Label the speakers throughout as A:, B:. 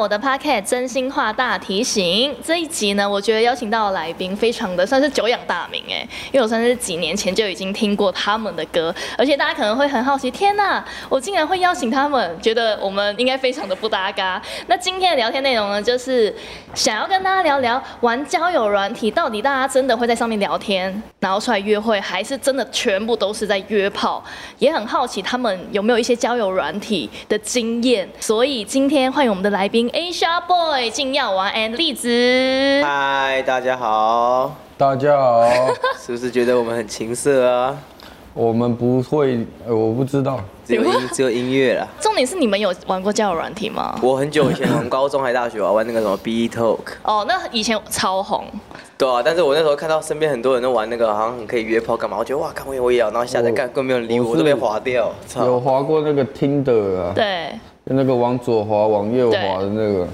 A: 我的 Pocket 真心话大提醒这一集呢，我觉得邀请到的来宾非常的算是久仰大名哎，因为我算是几年前就已经听过他们的歌，而且大家可能会很好奇，天呐，我竟然会邀请他们，觉得我们应该非常的不搭嘎。那今天的聊天内容呢，就是想要跟大家聊聊玩交友软体，到底大家真的会在上面聊天，然后出来约会，还是真的全部都是在约炮？也很好奇他们有没有一些交友软体的经验，所以今天欢迎我们的来宾 Asia Boy 金耀王 and 栗子。
B: 嗨，大家好，
C: 大家好，
B: 是不是觉得我们很情色啊？
C: 我们不会，呃我不知道，
B: 只有音，只有音乐啦。
A: 重点是你们有玩过交友软体吗？
B: 我很久以前从高中还大学啊，玩那个什么 B Talk，
A: 哦，那以前超红，
B: 对啊，但是我那时候看到身边很多人都玩那个，好像很可以约炮干嘛，我觉得哇，看我也我也要，然后下载
C: 我
B: 干根本没有人理我，
C: 我
B: 我
C: 是
B: 都被划掉，
C: 有
B: 操！
C: 滑过那个 Tinder 啊，
A: 对，
C: 那个往左滑、往右滑的那个，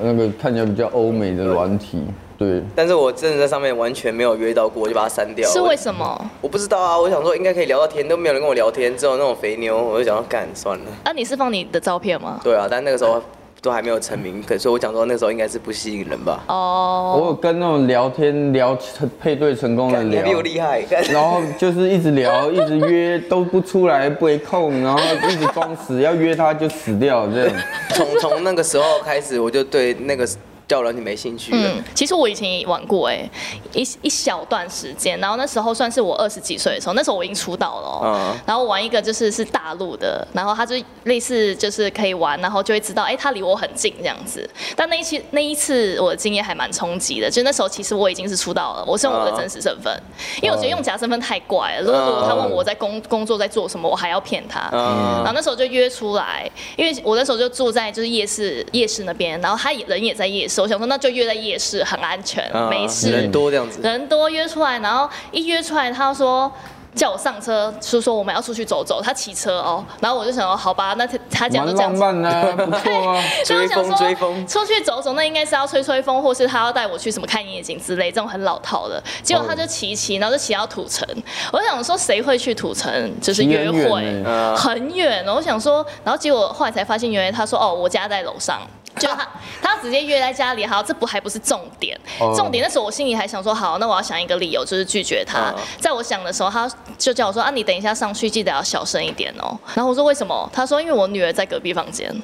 C: 那个看起来比较欧美的软体，对，
B: 但是我真的在上面完全没有约到过，我就把它删掉了。
A: 是
B: 我
A: 为什么？
B: 我不知道啊，我想说应该可以聊到天，都没有人跟我聊天，只有那种肥妞，我就想要干算了。
A: 啊，你是放你的照片吗？
B: 对啊，但那个时候都还没有成名，可所以我想说那时候应该是不吸引人吧。
A: 哦，
C: 我有跟那种聊天聊配对成功的
B: 干你还比我
C: 聊。
B: 厉害，干
C: 然后就是一直 聊，一直约都不出来，不回空，然后一直装死，要约他就死掉这样。
B: 从从那个时候开始，我就对那个叫软体没兴趣了。
A: 嗯，其实我以前也玩过哎、一一小段时间，然后那时候算是我二十几岁的时候，那时候我已经出道了、哦
B: 嗯
A: 然后我玩一个就是是大陆的，然后它就类似就是可以玩，然后就会知道哎、它离我很近这样子。但那一期那一次我的经验还蛮冲击的，就那时候其实我已经是出道了，我是用我的
B: 嗯
A: 真实身份，因为我觉得用假身份太怪了。如果如果他问
C: 嗯
A: 我在工工作在做什么，我还要骗他。然
B: 啊、
A: 后那时候就约出来，因为我那时候就住在就是夜市夜市那边，然后他也人也在夜市，我想说那就约在夜市很安全，
B: 啊
A: 嗯没事啊
B: 人。多这样子。
A: 人多约出来，然后一约出来，他说叫我上车，是说我们要出去走走，他骑车哦，然后我就想说好吧，那他他讲就
C: 蛮
A: 这样
C: 浪
A: 子。
C: 漫啊， 不错啊。
A: 所以我想说
B: 追风追风
A: 出去走走，那应该是要吹吹风，或是他要带我去什么看夜景之类，这种很老套的。结果他就骑一骑，然后就骑到土城。我就想说，谁会去土城就是约
C: 骑很
A: 会？
C: 远欸
B: 啊
A: 很远。我想说，然后结果后来才发现，原来他说哦，我家在楼上。就是他，他直接约在家里，好，这不还不是重点，
C: 哦
A: 重点那时候我心里还想说，好，那我要想一个理由，就是拒绝他
B: 嗯。
A: 在我想的时候，他就叫我说啊，你等一下上去记得要小声一点哦。然后我说为什么？他说因为我女儿在隔壁房 间。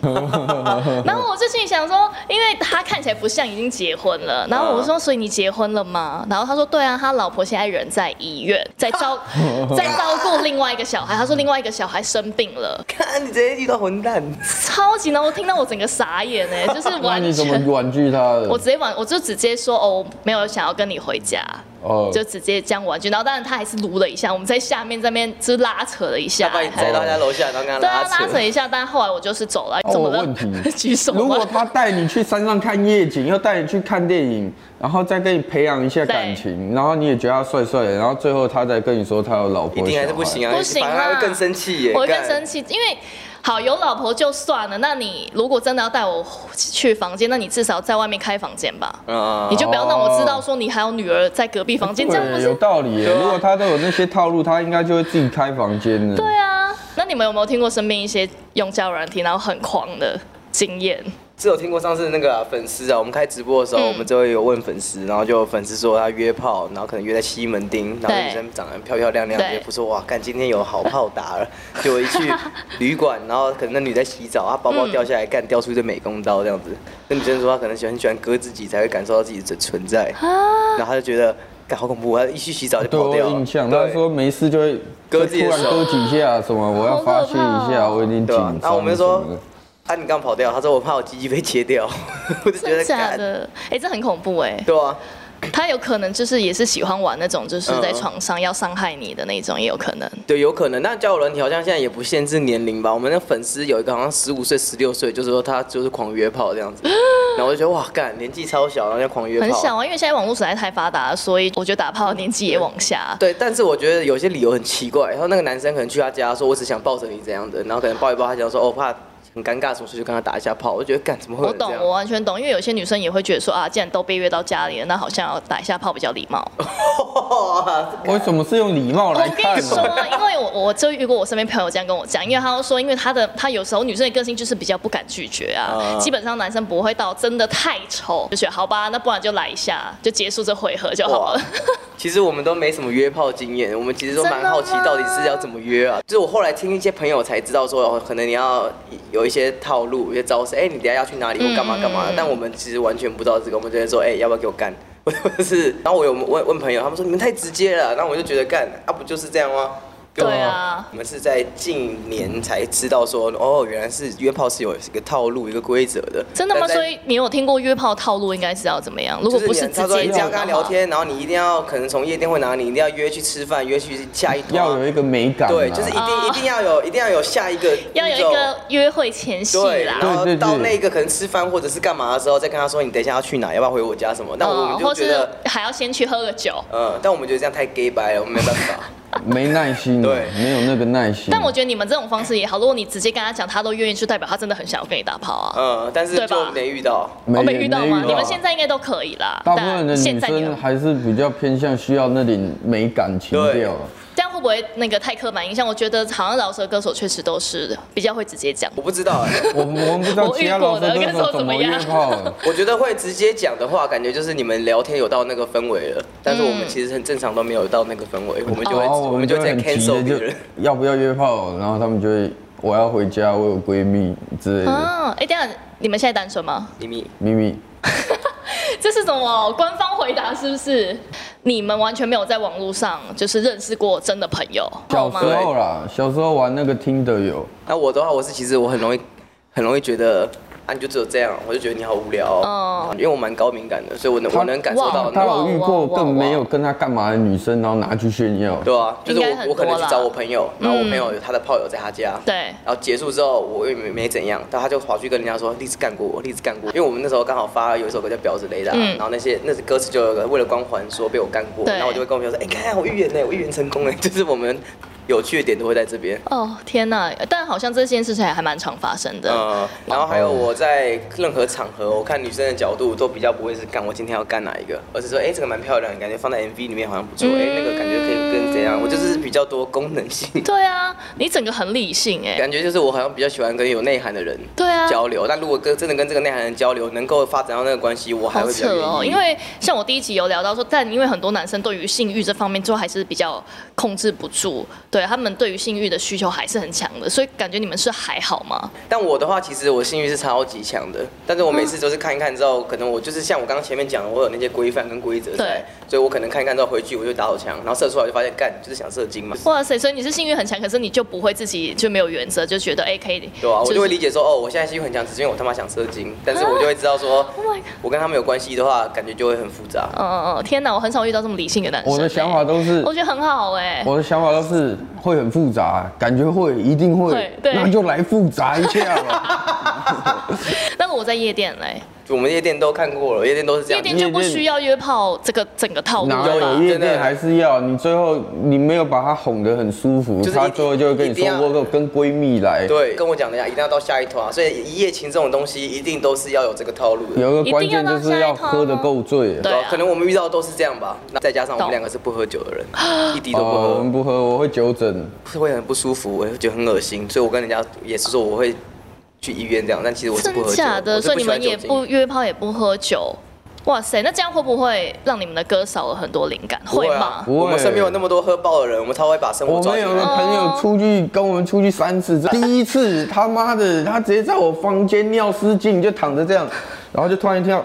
A: 然后我就心里想说，因为他看起来不像已经结婚了。然
C: 嗯
A: 后我说，所以你结婚了吗？然后他说，对啊，他老婆现在人在医院，在照 在照顾另外一个小孩。他说另外一个小孩生病了，
B: 看，你直接遇到混蛋。
A: 超级难，我听到我整个傻眼哎，就是
C: 那
A: 完
C: 你怎么
A: 全。
C: 婉拒他
A: 我
C: 的？
A: 直接往，我就直接说哦，我没有想要跟你回家，
C: 哦
A: 就直接这样玩具。然后当然他还是撸了一下，我们在下面这边就是拉扯了一下
B: 他。把你载到他家楼下，然后跟他
A: 对啊，
B: 拉
A: 拉扯
B: 扯。
A: 一下，但后来我就是走了。
C: 哦
A: 怎么
C: 我
A: 了
C: 问题？
A: 举手吗。
C: 如果他带你去山上看夜景，又带你去看电影，然后再跟你培养一下感情，然后你也觉得他帅帅的，然后最后他再跟你说他有老婆，
B: 一定还是不行
C: 啊。
B: 啊！
A: 不行啊
B: 反而他会更生气耶。
A: 我会更
B: 干
A: 生气，因为好有老婆就算了，那你如果真的要带我去房间，那你至少在外面开房间吧，
B: 啊
A: 你就不要让我知道说你还有女儿在隔壁房间，这样不
C: 对，有
A: 是？
C: 道理耶。
B: 对啊
C: 如果他都有那些套路，他应该就会自己开房间的。
A: 对啊，那你们有没有听过身边一些用交友软体然后很狂的经验？
B: 只有听过上次那个啊粉丝啊，我们开直播的时
A: 嗯
B: 候，我们就会有问粉丝，然后就有粉丝说他约炮，然后可能约在西门町，然后
A: 对
B: 女生长得漂漂亮亮，
A: 对
B: 也不错哇，看今天有好炮打 了，结果一去旅馆，然后可能那女在洗澡，她包包掉下来，干掉出一堆美工刀这样子，
A: 嗯
B: 那女生说她可能喜欢很喜欢割自己才会感受到自己的存在，
A: 啊
B: 然后她就觉得。干好恐怖！她一去洗澡就
C: 对
B: 跑
C: 我
B: 掉
C: 有
B: 了。
C: 印象，他
B: 对啊
C: 说没事就会
B: 割
C: 就
B: 自己的
C: 突然
B: 手
C: 割几下什么，我要
A: 好可怕
C: 发
A: 哦
C: 泄一下，我已经紧
B: 对啊
C: 张。
B: 然后我们就
C: 什么
B: 说
C: 的，
B: 啊，你刚跑掉，他说我怕我鸡鸡被切掉， 我就觉
A: 真
B: 得
A: 的假
B: 干，
A: 的？哎、这很恐怖哎、
B: 对啊，
A: 他有可能就是也是喜欢玩那种，就是在
B: 嗯
A: 床上要伤害你的那种，也有可能。
B: 对，有可能。那交友软体好像现在也不限制年龄吧？我们的粉丝有一个好像十五岁、十六岁，就是说他就是狂约炮这样子，然后我就觉得哇，干年纪超小，然后就狂约炮。
A: 啊很小啊，因为现在网络实在太发达了，所以我觉得打炮的年纪也往下。
B: 对，但是我觉得有些理由很奇怪。然后那个男生可能去他家说，我只想抱着你这样的，然后可能抱一抱，他想说，哦，怕很尴尬什么事就跟他打一下炮，我就觉得干怎么会有
A: 我
B: 人这
A: 懂，
B: 样
A: 我？完全懂，因为有些女生也会觉得说啊，既然都被约到家里了，那好像要打一下炮比较礼貌。
C: 为什么是用礼貌
B: Oh
A: 我
C: 来
A: 跟你
C: 看
A: 说啊
C: 呢？，
A: 因为我我就遇过我身边朋友这样跟我讲，因为他就说，因为他的他有时候女生的个性就是比较不敢拒绝啊，
B: 啊
A: 基本上男生不会到真的太丑，就觉得好吧，那不然就来一下，就结束这回合就好 了。
B: 其实我们都没什么约炮经验，我们其实都蛮
A: 真的吗
B: 好奇到底是要怎么约啊。就是我后来听一些朋友才知道说，哦，可能你要有一些套路、有一些招式，哎、你等一下要去哪里
A: 嗯
B: 或干嘛干嘛。但我们其实完全不知道这个，我们就会说，哎、要不要给我干？我就是，然后我有问问朋友，他们说你们太直接了，然后我就觉得干啊，不就是这样吗？
A: 对啊
B: 我们是在近年才知道说，哦，原来是约炮是有一个套路、一个规则的。
A: 真的吗？
B: 但在
A: 所以你有听过约炮套路应该是要怎么样？如果不
B: 就是
A: 直
B: 是你啊他说
A: 接
B: 一
A: 这
B: 定要
A: 样
B: 跟他
A: 的
B: 聊
A: 话，
B: 天，然后你一定要可能从夜店会拿你，一定要约去吃饭，约去下一 段啊
C: 要有一个美感啊。
B: 对，就是一定
A: 哦
B: 一定要有，一定要有下一个步骤，
A: 要有一个约会前戏
B: 对，
A: 啦。
B: 然后
C: 对对对
B: 到那个可能吃饭或者是干嘛的时候，再跟他说你等一下要去哪，要不要回我家什么？但我们
A: 哦或
B: 就觉
A: 是
B: 得，
A: 还要先去喝个酒。
B: 嗯，但我们觉得这样太 gay 白了，我们没办法。
C: 没耐心，啊
B: 对
C: 没有那个耐
B: 嗯
C: 心。啊
A: 但我觉得你们这种方式也好，如果你直接跟他讲，他都愿意，就代表他真的很想要跟你打炮啊。
B: 嗯， 但是
A: 对吧
B: 就没遇到。
A: 我没遇到吗？你们现
C: 在
A: 在应该都可以啦。
C: 大部分的
A: 但
C: 女
A: 现在你们
C: 生还是比较偏向需要那点美感情调啊。
A: 这样会不会那个太刻板印象？我觉得好像饶舌歌手确实都是比较会直接讲。
B: 我不知道哎、
C: 我们我们不知道其他老师都是怎么约炮的。
B: 我觉得会直接讲的话，感觉就是你们聊天有到那个氛围了，但是我们
A: 嗯
B: 其实很正常都没有到那个氛围，我们就会、
C: 然啊后
B: 哦
C: 我
B: 我
C: 们
B: 们
C: 就
B: 就
C: 会
B: 在
C: 很急的
B: cancel 别
C: 就
B: 人。
C: 要不要约炮，然后他们就会我要回家，我有闺蜜之类的
A: 嗯，哎，等一下你们现在单身吗？
B: 咪咪，
C: 秘密。
A: 这是什么官方回答？是不是？你们完全没有在网络上就是认识过真的朋友，
C: 小
A: 有
C: 时
A: 吗？
C: 候啦，小时候玩那个听的有，
B: 那我的话，我是其实我很容易，很容易觉得啊，你就只有这样，我就觉得你好无聊、哦。
A: 嗯
B: 因为我蛮高敏感的，所以我能我能感受到
C: 他
A: 哦
B: 那
A: 哇
B: 种，
C: 有遇过更没有跟他干嘛的女生，然后拿去炫耀。
B: 对啊，就
A: 应
B: 是
A: 该很多
B: 我我可能去
A: 啦
B: 找我朋友，然后我
A: 嗯
B: 朋友有他的炮友在他家，
A: 对，
B: 然后结束之后我也没没怎样，但他就跑去跟人家说栗子干过我，栗子干 过我，因为我们那时候刚好发有一首歌叫《婊子雷达》，
A: 嗯
B: 然后那些那些歌词就有个为了光环说被我干过，
A: 对
B: 然后我就会跟我朋友说，哎、看我预言呢，我预言成功了，就是我们有趣的点都会在这边。
A: 哦天哪！但好像这件事情还蛮常发生的。
B: 嗯，然后还有我在任何场合，我看女生的角度都比较不会是干我今天要干哪一个，而是说，哎、这个蛮漂亮的，感觉放在 MV 里面好像不错，
A: 嗯
B: 哎、那个感觉可以跟怎样，我就是比较多功能性，
A: 对啊，你整个很理性哎、
B: 感觉就是我好像比较喜欢跟有内涵的人
A: 对啊，
B: 交流，但如果跟真的跟这个内涵人交流，能够发展到那个关系，我还
A: 好
B: 会比
A: 扯
B: 较愿意。
A: 哦，因为像我第一集有聊到说，但因为很多男生对于性欲这方面，最后还是比较控制不住，对他们对于性欲的需求还是很强的，所以感觉你们是还好吗？
B: 但我的话，其实我性欲是超级强的，但是我
A: 嗯
B: 每次都是看一看之后，可能我就是像我刚刚前面讲的，我有那些规范跟规则在，所以我可能看一看之后回去我就打手枪，然后射出来我就发现干就是想射精嘛。
A: 哇塞，所以你是性欲很强，可是你就不会自己就没有原则，就觉得哎、可以，
B: 对啊，我就会
A: 是
B: 理解说，哦，我现在性欲很强，只是因为我他妈想射精，但是我就会知道说，
A: Oh my god！
B: 我跟他们有关系的话，感觉就会很复杂。
A: 嗯嗯嗯，天哪，我很少遇到这么理性的男生、
C: 我的想法
A: 哎
C: 都是
A: 我觉得很好哎、
C: 我的想法都是会很复杂，感觉会一定会
A: 会，对
C: 那就来复杂一下吧。
A: 那个我在夜店嘞，
B: 就我们夜店都看过了，夜店都是这
A: 夜
B: 样子。
A: 店就不
C: 夜店
A: 需要约炮这个整个套路
C: 哪
A: 了
C: 有
A: 吧？
C: 夜
B: 真
C: 店
B: 的
C: 还是要你最后你没有把他哄得很舒服，
B: 就是一定
C: 他最后就会跟你
B: 一定
C: 说
B: 要
C: 我有跟闺蜜来，
B: 对，跟我讲的一样，一定要到下一团、啊，所以一夜情这种东西一定都是要有这个套路的。
C: 有一个关键就是要喝得够醉。
A: 对啊
B: 可能我们遇到的都是这样吧。那再加上我
A: 懂
B: 们两个是不喝酒 的人，一滴都不
C: 哦，我们
B: 喝，
C: 不喝，我会纠正。
B: 是会很不舒服，我会觉得很恶心。所以我跟人家也是说我会去医院这样，但其实我是不
A: 真
B: 喝酒，
A: 假的？
B: 我
A: 所
B: 是
A: 以你
B: 不喜欢
A: 们
B: 酒
A: 也
B: 精
A: 不。约炮，也不喝酒。哇塞，那这样会不会让你们的歌少了很多灵感？
B: 不
A: 会
B: 啊
A: 吗？
C: 不会
B: 我们身边有那么多喝爆的人，我们超会把生活
C: 我
B: 抓
C: 们
B: 紧
C: 有个
B: 的。
C: 朋
A: 哦
C: 友出去跟我们出去三次，第一次他妈的，他直接在我房间尿失禁，就躺着这样，然后就突然听到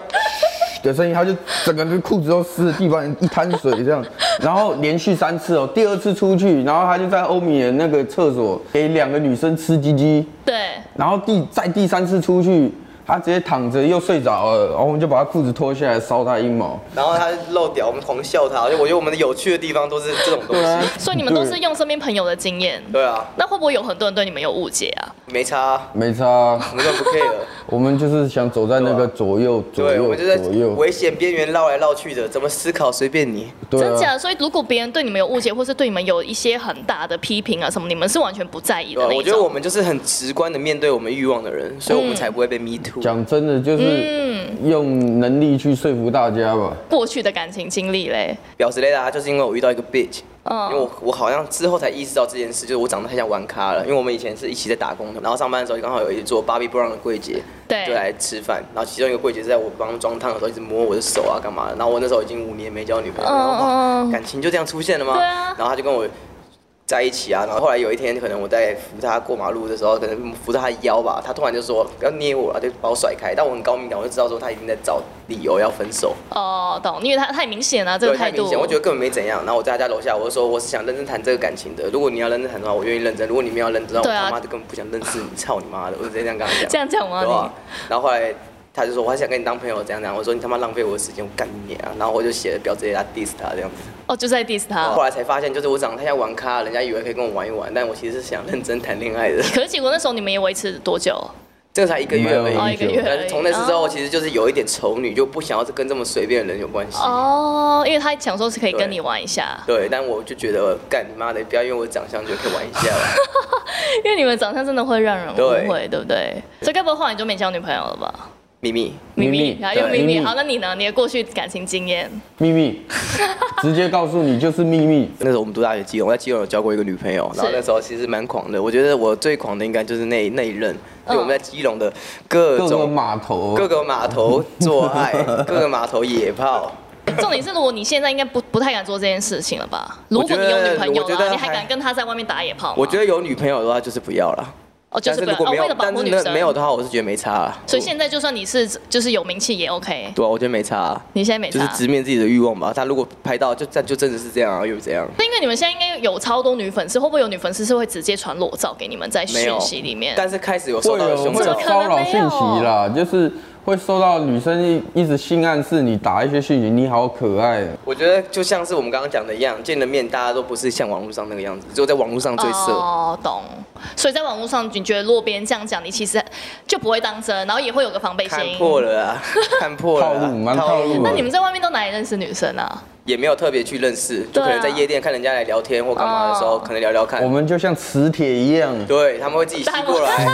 C: 的声音，他就整个裤子都湿的地方一滩水这样，然后连续三次哦，第二次出去，然后他就在欧米的
B: 啊
C: 那个厕所给两个女生吃鸡鸡，
A: 对，
C: 然后第在第三次出去，他直接躺着又睡着了，然后我们就把他裤子脱下来烧他阴毛。
B: 然后他漏屌，我们狂笑他。就我觉得我们的有趣的地方都是这种东
C: 对啊
B: 西。，
A: 所以你们都是用身边朋友的经验。
B: 对啊，
A: 那会不会有很多人对你们有误解啊？
B: 没差啊，
C: 没差啊，
B: 我们根本不 care。
C: 我们就是想走在那个左右左
B: 啊对，我
C: 右
B: 们就在
C: 左右，
B: 危险边缘绕来绕去的，怎么思考随便你。
C: 对
A: 真假
C: 啊，
A: 的？所以如果别人对你们有误解，或是对你们有一些很大的批评啊什么，你们是完全不在意的
B: 对啊，
A: 那一
B: 我觉得我
A: 种。
B: 们就是很直观的面对我们欲望的人，所以
A: 嗯
B: 我们才不会被 me too。
C: 讲真的就是用能力去说服大家吧。
A: 过去的感情经历嘞，
B: 表示类的啊，就是因为我遇到一个 bitch，
A: 嗯
B: 因为我我好像之后才意识到这件事，就是我长得太像玩咖了。因为我们以前是一起在打工的，然后上班的时候刚好有一桌 Bobby Brown 的柜姐，
A: 对
B: 就来吃饭。然后其中一个柜姐是在我帮她装烫的时候一直摸我的手啊，干嘛的。然后我那时候已经五年没交女朋友，然后
A: 嗯嗯
B: 哇
A: 嗯
B: 感情就这样出现了吗？
A: 对啊
B: 然后她就跟我。在一起啊，然后后来有一天，可能我在扶她过马路的时候，可能扶着她的腰吧，她突然就说要捏我啊，就把我甩开。但我很高敏感，我就知道说她已经在找理由要分手。
A: 哦，懂，因为他太明显啊了，这
B: 对，
A: 个
B: 太
A: 态
B: 明
A: 度
B: 显，。我觉得根本没怎样。然后我在他家楼下，我就说我是想认真谈这个感情的。如果你要认真谈的话，我愿意认真；如果你们要认真的话，
A: 对啊
B: 我他妈的根本不想认识你，操你妈的！我就直接这样跟他
A: 这
B: 讲，
A: 样讲吗？
B: 对吧
A: 啊你？
B: 然后后来他就说我还想跟你当朋友，怎样怎样。我说你他妈浪费我的时间，我干你啊！然后我就写了表直接他 diss 他这样子。
A: 哦，就在 diss 他
B: 后。来才发现，就是我长得太像玩咖，人家以为可以跟我玩一玩，但我其实是想认真谈恋 爱的。
A: 可是结果那时候你们也维持多久？
B: 这个才一个月而
C: 没有
A: 哦，
B: 已
A: 一。个月
B: 但
A: 而
B: 啊是
A: 已。
B: 从那次之后，
A: 哦
B: 其实就是有一点丑女，就不想要跟这么随便的人有关系。
A: 哦，因为他想说是可以跟
B: 对
A: 你玩一下，
B: 对，但我就觉得干你妈的，不要因为我长相就可以玩一下了。
A: 因为你们长相真的会让人
B: 对
A: 误会，对不对？所以该不会后来你就没交女朋友了吧？啊
B: 秘密，
A: 秘密，
C: 秘密
A: 然后又
C: 对
A: 秘密。
C: 秘密
A: 好，那你呢？你的过去感情经验？
C: 秘密，直接告诉你就是秘密。
B: 那时候我们读大学基隆，我在基隆有交过一个女朋友，然后那时候其实蛮狂的。我觉得我最狂的应该就是那那一任，就我们在基隆的各
C: 各个
B: 种
C: 码头，
B: 各个码头做爱，各个码头野炮。
A: 重点是，如果你现在应该不不太敢做这件事情了吧？如果你有女朋友
B: 我觉得
A: 了，
B: 还
A: 你还敢跟她在外面打野炮吗？
B: 我觉得有女朋友的话就是不要了，
A: 哦，就是
B: 但
A: 不要
B: 如果
A: 哦，
B: 没有，
A: 为了保
B: 但
A: 护
B: 是
A: 女
B: 那
A: 生，
B: 没有的话，我是觉得没差啦。
A: 所以现在就算你是就是有名气也 OK，
B: 对啊，我觉得没差啊，
A: 你现在没
B: 就是
A: 差。
B: 直面自己的欲望吧。他如果拍到，就但就真的是这样啊，又怎样？
A: 那因为你们现在应该有超多女粉丝，会不会有女粉丝是会直接传裸照给你们在
B: 没
A: 讯
B: 有
A: 息里面？
B: 但是开始有
C: 会
B: 收到
C: 有
B: 的凶
C: 会
A: 怎
B: 手
A: 么可，
C: 有
A: 能
C: 骚扰
A: 没
C: 讯
A: 有
C: 息啦，就是会收到女生一一直性暗示你，打一些讯息，你好可爱啊。
B: 我觉得就像是我们刚刚讲的一样，见了面大家都不是像网络上那个样子，只有在网络上最色。
A: 哦，懂。所以在网络上，你觉得若别人这样讲，你其实就不会当真，然后也会有个防备心
B: 看。破 了啊，看破了啊、
C: 套路蛮套路的
A: 那你们在外面都哪里认识女生啊？
B: 也没有特别去认识，就
A: 对啊
B: 可能在夜店看人家来聊天或干嘛的时候，
A: 哦
B: 可能聊聊看
C: 我。们就像磁铁一样。
B: 对他们会自己吸 过来，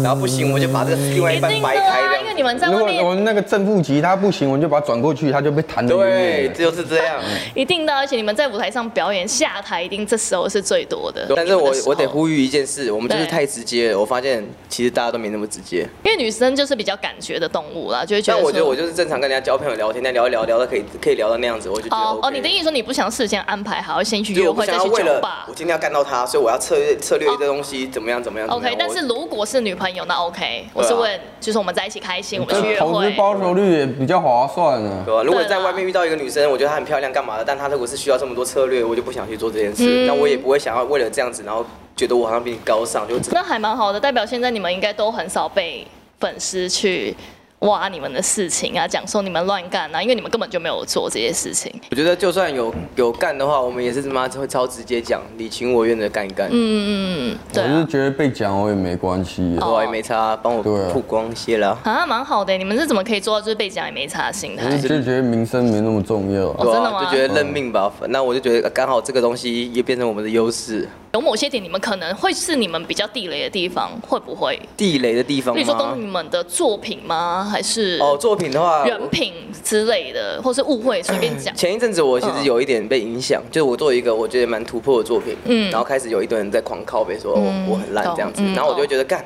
B: 然后不行我们就把这另外一
A: 嗯一
B: 半
A: 定的
B: 掰开
A: 啊，因
B: 这
A: 为
B: 样。
A: 你们在
C: 如
A: 外
C: 果我
A: 面
C: 们那个正负极它不行，我们就把它转过去，它就被弹得远
B: 对，
C: 远的。
B: 就是这样。
A: 一定的，而且你们在舞台上表演，下台一定这时候是最多的。
B: 但是我我得
A: 忽，
B: 呼吁一件事，我们就是
A: 对
B: 太直接了。我发现其实大家都没那么直接。
A: 因为女生就是比较感觉的动物啦，就会觉
B: 但
A: 得
B: 我觉得
A: 说
B: 我就是正常跟人家交朋友聊天，但聊一聊聊到可以可以聊到那样子，我就觉得
A: 哦
B: OK。
A: 哦，你的意思说你不想事先安排好，先去
B: 就
A: 约
B: 我不
A: 会
B: 想
A: 再
B: 要
A: 去
B: 为
A: 酒
B: 了
A: 吧
B: 我今天要干到他，所以我要策略策略这东西怎么样怎么样。怎么
A: 哦？OK，
B: 样
A: 但
B: 我
A: 是如果是女朋友，那 OK，我是
B: 对啊
A: 问，就是我们在一起开心，我们去
C: 这
A: 约
C: 投资
A: 会。
C: 报酬率也比较划算啊。
B: 对吧、如果
A: 对啦
B: 在外面遇到一个女生，我觉得她很漂亮，干嘛的？但她如果是需要这么多策略，我就不想去做这件事。
A: 嗯
B: 那我也不会想要为了这样子，然后觉得我好像比你高尚，就
A: 那还蛮好的，代表现在你们应该都很少被粉丝去挖你们的事情啊，讲说你们乱干啊，因为你们根本就没有做这些事情。
B: 我觉得就算有有干的话，我们也是他妈会超直接讲，你情我愿的干一干，嗯，
A: 嗯嗯，对
C: 我是
A: 啊。
C: 觉得被讲我也没关系啊，
A: 哦
B: 我也没差，帮我
C: 对啊
B: 曝光些啦。
A: 啊，蛮好的。你们是怎么可以做到就是被讲也没差的心态
C: 我？就觉得名声没那么重要啊。
A: 啊哦真的
B: 啊，
A: 吗
B: 就觉得认命吧。那我就觉得刚好这个东西也变成我们的优势。
A: 有某些点你们可能会是你们比较地雷的地方，会不会？
B: 地雷的地方
A: 比如说跟你
B: 吗？
A: 们的作品吗？还是
B: 啊哦，作品的话，
A: 人品之类的，或是误会随便讲？
B: 前一阵子我其实有一点被影响，就是我做一个我觉得蛮突破的作品，
A: 嗯
B: 然后开始有一堆人在狂靠北说、
A: 嗯
B: 我我很烂这样子，
A: 懂嗯
B: 然后我就会觉得干。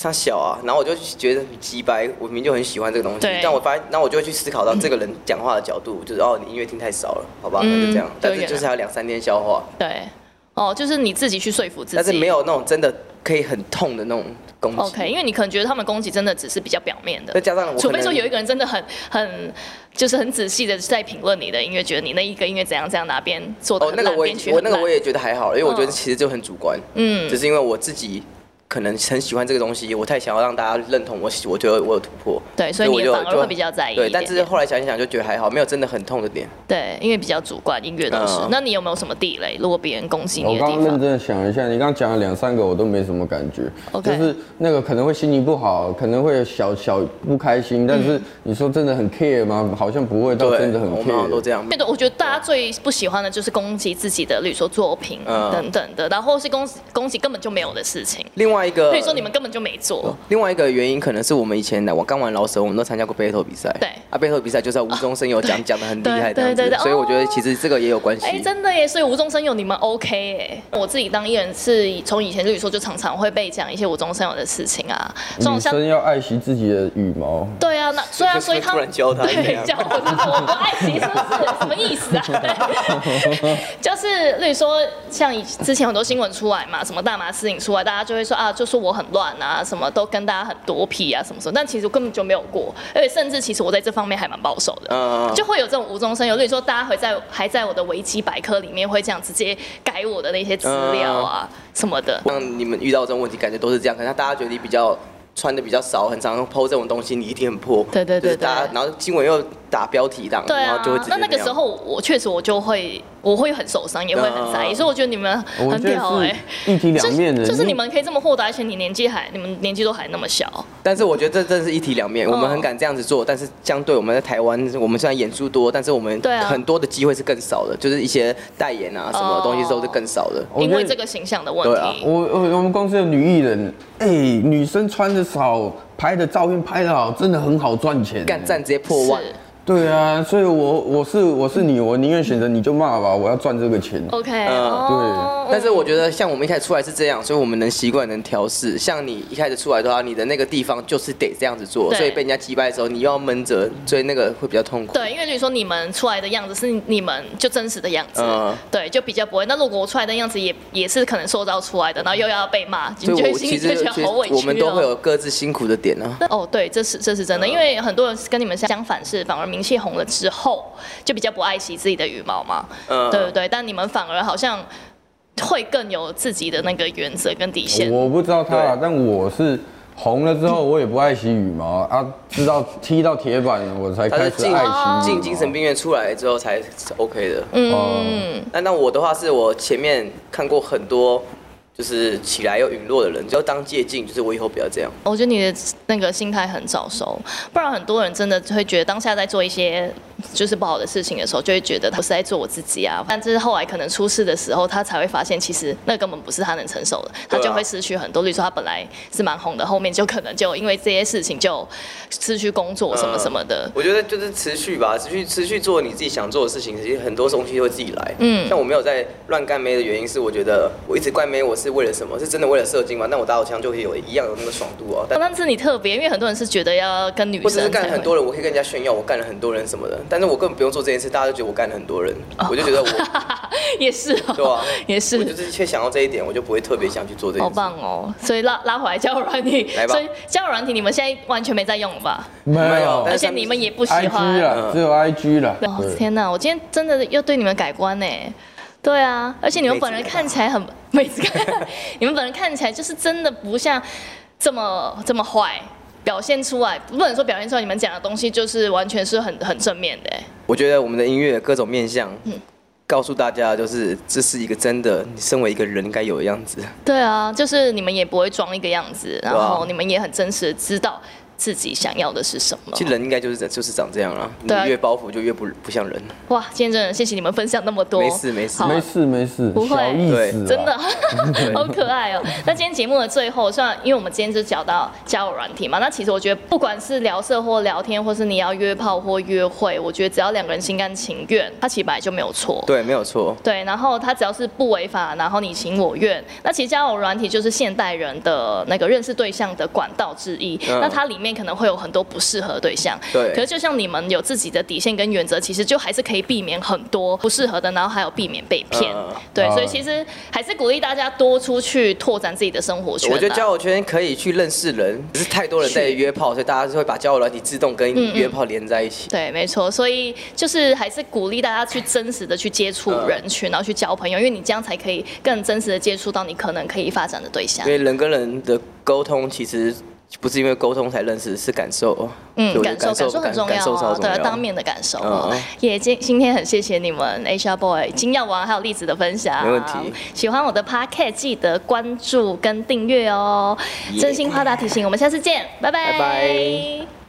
B: 他小啊，然后我就觉得很鸡掰，我明明就很喜欢这个东西
A: 对，
B: 但我发现，那我就会去思考到这个人讲话的角度，就是哦，你音乐听太少了，好吧，那就这样
A: 嗯。
B: 但
A: 有
B: 是
A: 点
B: 就是还有两三天消化，
A: 对，哦，就是你自己去说服自己。
B: 但是没有那种真的可以很痛的那种攻击。
A: OK，因为你可能觉得他们攻击真的只是比较表面的
B: 再，加上我可能
A: 除非说有一个人真的很很就是很仔细的在评论你的音乐，觉得你那一个音乐怎样怎样哪边做的
B: 哦，
A: 很
B: 那个
A: 烂，
B: 我也
A: 编曲
B: 我
A: 很
B: 那个
A: 烂
B: 我。也觉得还好，因为我觉得
A: 嗯
B: 其实就很主观，
A: 嗯
B: 只是因为我自己可能很喜欢这个东西，我太想要让大家认同我喜，我觉得我有突破。
A: 对所以你
B: 我就
A: 反而
B: 就
A: 会比较在意
B: 对，
A: 一
B: 但
A: 点
B: 是
A: 点
B: 后来想一想就觉得还好，没有真的很痛的点。
A: 对，因为比较主观，音乐都是。
B: 嗯
A: 那你有没有什么地雷？如果别人攻击
C: 我
A: 你的
C: 刚
A: 地
C: 刚认
A: 方，
C: 真的想了一下，你刚刚讲了两三个，我都没什么感觉。
A: OK
C: 就是那个可能会心情不好，可能会有小小不开
A: 嗯
C: 心，但是你说真的很 care 吗？好像不会到
B: 对，
C: 真的很
B: 我们好像都
C: care。
B: 这 样。
A: 对的，我觉得大家最不喜欢的就是攻击自己的，例如说作品
B: 嗯
A: 等等的，然后是攻击攻击根本就没有的事情，
B: 另外一个，
A: 例如说你们根本就没做。
B: 另外一个原因可能是我们以前我刚玩老手，我们都参加过 battle 比赛。
A: 对
B: 啊，battle 比赛就是要无中生有讲讲的很厉害这
A: 对 对
B: 样
A: 对
B: 子
A: 对，
B: 所以我觉得
A: 哦
B: 其实这个也有关系。
A: 哎、真的耶！所以无中生有，你们 OK 哎？我自己当艺人是从以前就说，就常常会被讲一些无中生有的事情啊，这种
C: 女
A: 像
C: 生要爱惜自己的羽毛。
A: 对啊，那 所以啊，所以他
B: 突然教他这
A: 对
B: 样
A: 教我就说我不爱惜，是不是？什么意思啊？对， 就是例如说，像以之前很多新闻出来嘛，什么大麻事情出来，大家就会说啊，就说我很乱啊，什么都跟大家很多屁啊，什么什么，但其实我根本就没有过，而且甚至其实我在这方面还蛮保守的。
B: 嗯，嗯，
A: 就会有这种无中生有，例如说大家会在还在我的维基百科里面会这样直接改我的那些资料啊什么的，
B: 像你们遇到这种问题，感觉都是这样，可能大家觉得你比较穿的比较少，很常 PO 这种东西，你一定很破。
A: 对对对
B: 就是大家，
A: 对
B: 然后新闻又打标题党，
A: 对
B: 然
A: 啊
B: 后就会直，接
A: 那那个
B: 样
A: 时候我确实我就会，我会很受伤，也会很在意，
B: 嗯
A: 所以我觉得你们
C: 我
A: 很
C: 觉
A: 屌哎、
C: 得是一体两面的。
A: 就是，就是你们可以这么豁达，而且你年纪还，你们年纪都还那么小，
B: 但是我觉得这真是一体两面，我
A: 嗯
B: 们很敢这样子做，但是相对我们在台湾，我们虽然演出多，但是我们
A: 对啊哦
B: 很多的机会是更少的，就是一些代言啊什么东西都是更少的。
C: 我觉
A: 因
C: 得
A: 为这个形象的问
B: 对啊
A: 题。
C: 我我我们公司有女艺人，哎、女生穿的少，拍的照片拍的好，真的很好赚钱。
B: 干站直接破万，
A: 是
C: 对啊，所以我我是我是你，我宁愿选择你就骂吧，我要赚这个钱。
A: OK，、
B: 嗯
A: 哦
B: 但是我觉得像我们一开始出来是这样，所以我们能习惯能调试。像你一开始出来的话，你的那个地方就是得这样子做，
A: 对
B: 所以被人家击败的时候，你又要闷着，所以那个会比较痛苦。
A: 对，因为例如说你们出来的样子是你们就真实的样子，
B: 嗯
A: 对，就比较不会。那如果我出来的样子也也是可能塑造出来的，然后又要被骂，你
B: 所
A: 就
B: 以
A: 会
B: 我
A: 心
B: 其
A: 里
B: 实
A: 就觉
B: 其
A: 得
B: 实
A: 好委屈、哦。
B: 我们都会有嗯各自辛苦的点啊。
A: 哦，对，这是这是真的，因为很多人跟你们相反是，反而名气红了之后就比较不爱惜自己的羽毛嘛，
B: 嗯
A: 对不对？但你们反而好像会更有自己的那个原则跟底线。
C: 我不知道他啦
B: 对，
C: 但我是红了之后，我也不爱惜羽毛啊，直到踢到铁板，我才
B: 他
C: 开
B: 是
C: 始
B: 进
C: 爱惜羽毛哦
B: 进精神。病院出来之后才是 OK 的。
A: 哦嗯，
B: 那那我的话是我前面看过很多，就是起来又陨落的人，就当借镜，就是我以后不要这样。
A: 我觉得你的那个心态很早熟，不然很多人真的会觉得当下在做一些就是不好的事情的时候，就会觉得他不是在做我自己啊。但这是后来可能出事的时候，他才会发现其实那根本不是他能承受的，他
B: 对啊
A: 就会失去很多。例如说他本来是蛮红的，后面就可能就因为这些事情就失去工作什么什么的。
B: 我觉得就是持续吧，持续持续做你自己想做的事情，其实很多东西都会自己来。
A: 嗯
B: 嗯，像我没有在乱干妹的原因是，我觉得我一直灌妹，我是为了什么？是真的为了射精吗？那我打火枪就可以有一样有那个爽度啊。但
A: 但是你特别，因为很多人是觉得要跟女
B: 或者是
A: 生哦才
B: 干
A: 会
B: 很多人，我可以跟人家炫耀我干了很多人什么的，但是我根本不用做这件事，大家都觉得我干了很多人，我就觉得我，
A: 也是、哦，
B: 对啊
A: 也哦 是，
B: 我就是却想到这一点，我就不会特别想去做这件
A: 好
B: 事。
A: 棒哦！所以拉拉回来交友软体，
B: 来吧
A: 所以交友软体你们现在完全没在用吧？
C: 没
B: 没
C: 有
B: 有
A: 而
B: 但是
A: 且你们也不喜
B: 啊
C: ，IG
A: 欢。
C: 啦，只有 IG 啦。
A: 哦
C: 对
A: 天哪！我今天真的又对你们改观呢。对啊，而且你们本人看起来很， 每次看你们本人看起来就是真的不像这么这么坏，表现出来不能说表现出来，你们讲的东西就是完全是很很正面的耶。
B: 我觉得我们的音乐各种面向，
A: 嗯
B: 告诉大家就是这是一个真的，你身为一个人该有的样子。
A: 对啊，就是你们也不会装一个样子，然
B: 对
A: 后
B: 啊
A: 你们也很真实的知道自己想要的是什么。
B: 其实人应该就是这就是长这样啦，你
A: 哦对啊
B: 越包袱就越不不像人。
A: 哇，今天真的谢谢你们分享那么多，
B: 没事没事
A: 好
C: 没事没事
A: 不，会
C: 小意
B: 对
C: 思啦，
A: 真的 好可爱哦、那今天节目的最后，虽然因为我们今天就讲到交友软体嘛，那其实我觉得不管是聊色或聊天，或是你要约炮或约会，我觉得只要两个人心甘情愿，它其实本来就没有错。
B: 对，没有错。
A: 对，然后它只要是不违法，然后你情我愿，那其实交友软体就是现代人的那个认识对象的管道之一。
B: 嗯
A: 那它里面。面可能会有很多不适合的对象。
B: 对
A: 可是就像你们有自己的底线跟原则，其实就还是可以避免很多不适合的，然后还有避免被骗。
B: 嗯
A: 对，
C: 啊
A: 所以其实还是鼓励大家多出去拓展自己的生活圈啦。
B: 我觉得交友圈可以去认识人，只是太多人在
A: 是嗯
B: 约炮，所以大家是会把交友软体自动跟约炮连在一起。
A: 对，没错，所以就是还是鼓励大家去真实的去接触
B: 嗯
A: 人群，然后去交朋友，因为你这样才可以更真实的接触到你可能可以发展的对象
B: 因。为人跟人的沟通其实不是因为沟通才认识，是感受。
A: 嗯，
B: 我觉
A: 感受
B: 得
A: 感受很
B: 感
A: 重要
B: 受超
A: 啊，
B: 重
A: 对
B: 要。
A: 啊，当面的感受啊
B: 嗯。
A: 也今今天很谢谢你们 Asia Boy、金耀王还有栗子的分享，
B: 没问题。
A: 喜欢我的 Podcast 记得关注跟订阅哦。真心话大提醒，我们下次见，拜拜。
B: 拜拜